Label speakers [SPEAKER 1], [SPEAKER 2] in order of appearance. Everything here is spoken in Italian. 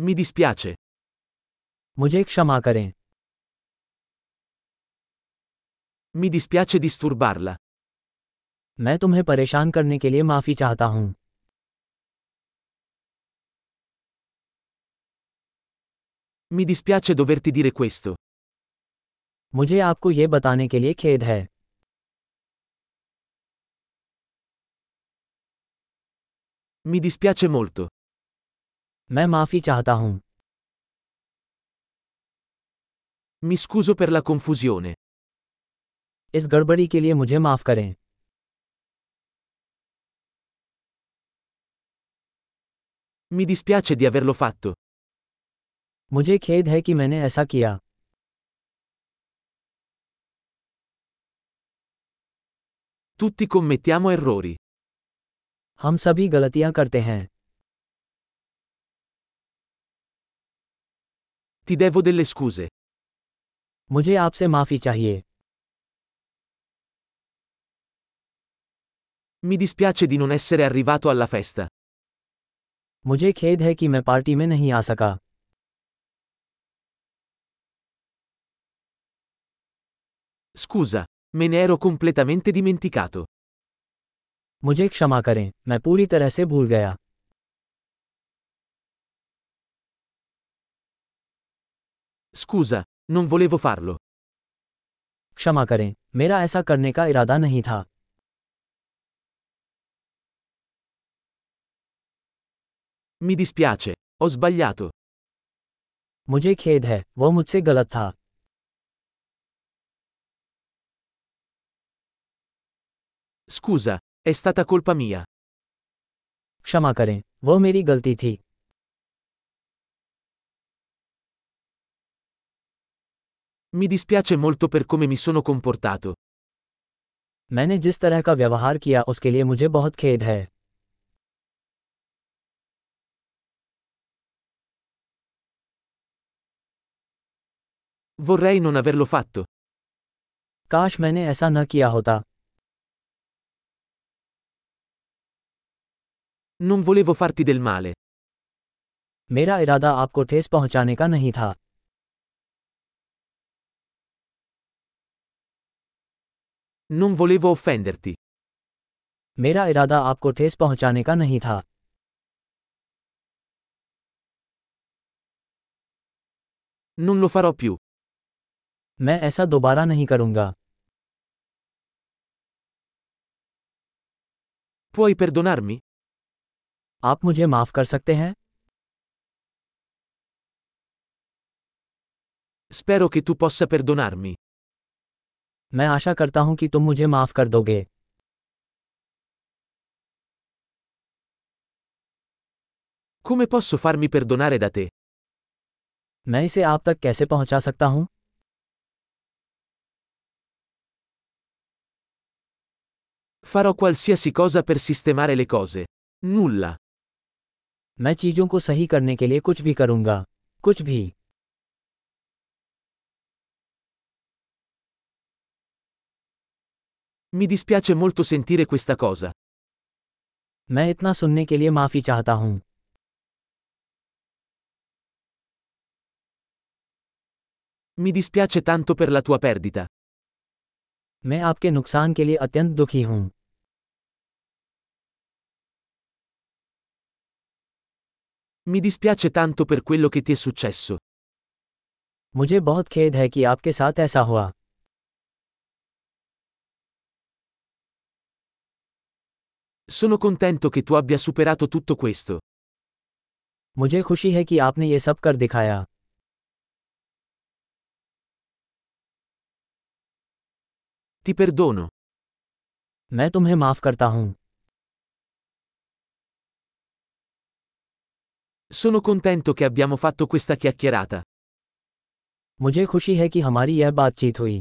[SPEAKER 1] Mi dispiace.
[SPEAKER 2] मुझे क्षमा करें
[SPEAKER 1] Mi dispiace disturbarla.
[SPEAKER 2] मैं तुम्हें परेशान करने के लिए माफी चाहता हूँ
[SPEAKER 1] Mi dispiace doverti dire questo.
[SPEAKER 2] मुझे आपको ये बताने के लिए खेद है
[SPEAKER 1] Mi dispiace molto.
[SPEAKER 2] मैं माफी चाहता हूँ
[SPEAKER 1] Mi scuso per la confusione.
[SPEAKER 2] इस गड़बड़ी के लिए मुझे माफ करें
[SPEAKER 1] Mi dispiace di averlo fatto.
[SPEAKER 2] मुझे खेद है कि मैंने ऐसा किया
[SPEAKER 1] Tutti commettiamo errori.
[SPEAKER 2] हम सभी गलतियाँ करते हैं
[SPEAKER 1] Ti devo delle scuse.
[SPEAKER 2] मुझे आपसे माफी चाहिए
[SPEAKER 1] Mi dispiace di non essere arrivato alla festa.
[SPEAKER 2] मुझे खेद है कि मैं पार्टी में नहीं आ सका
[SPEAKER 1] Scusa, me ne ero completamente dimenticato.
[SPEAKER 2] मुझे क्षमा करें मैं पूरी तरह से भूल गया
[SPEAKER 1] Scusa, non volevo farlo.
[SPEAKER 2] क्षमा करें मेरा ऐसा करने का इरादा नहीं था
[SPEAKER 1] Mi dispiace, ho sbagliato.
[SPEAKER 2] मुझे खेद है वह मुझसे गलत था
[SPEAKER 1] Scusa, è stata colpa mia.
[SPEAKER 2] क्षमा करें वह मेरी गलती थी
[SPEAKER 1] Mi dispiace molto per come mi sono comportato.
[SPEAKER 2] मैंने जिस तरह का व्यवहार किया उसके लिए मुझे बहुत खेद है
[SPEAKER 1] Vorrei non averlo fatto.
[SPEAKER 2] काश मैंने ऐसा न किया होता
[SPEAKER 1] Non volevo farti del male.
[SPEAKER 2] मेरा इरादा आपको ठेस पहुंचाने का नहीं था
[SPEAKER 1] Non volevo offenderti.
[SPEAKER 2] मेरा इरादा आपको ठेस पहुंचाने का नहीं था
[SPEAKER 1] Non lo farò più.
[SPEAKER 2] मैं ऐसा दोबारा नहीं करूंगा
[SPEAKER 1] Puoi perdonarmi?
[SPEAKER 2] आप मुझे माफ कर सकते हैं
[SPEAKER 1] Spero che tu possa perdonarmi.
[SPEAKER 2] मैं आशा करता हूं कि तुम मुझे माफ कर दोगे
[SPEAKER 1] Come posso farmi perdonare da te?
[SPEAKER 2] मैं इसे आप तक कैसे पहुंचा सकता हूं
[SPEAKER 1] Farò qualsiasi cosa per sistemare le cose. Nulla.
[SPEAKER 2] मैं चीजों को सही करने के लिए कुछ भी करूंगा कुछ भी
[SPEAKER 1] Mi dispiace molto sentire questa cosa.
[SPEAKER 2] मैं इतना सुनने के लिए माफी चाहता हूं
[SPEAKER 1] Mi dispiace tanto per la tua perdita.
[SPEAKER 2] मैं आपके नुकसान के लिए अत्यंत दुखी हूं
[SPEAKER 1] Mi dispiace tanto per quello che ti è successo.
[SPEAKER 2] मुझे बहुत खेद है कि आपके साथ ऐसा हुआ
[SPEAKER 1] Sono contento che tu abbia superato tutto questo.
[SPEAKER 2] मुझे खुशी है कि आपने ये सब कर दिखाया
[SPEAKER 1] Ti perdono.
[SPEAKER 2] मैं तुम्हें माफ करता हूं
[SPEAKER 1] Sono contento che abbiamo fatto questa chiacchierata.
[SPEAKER 2] मुझे खुशी है कि हमारी यह बातचीत हुई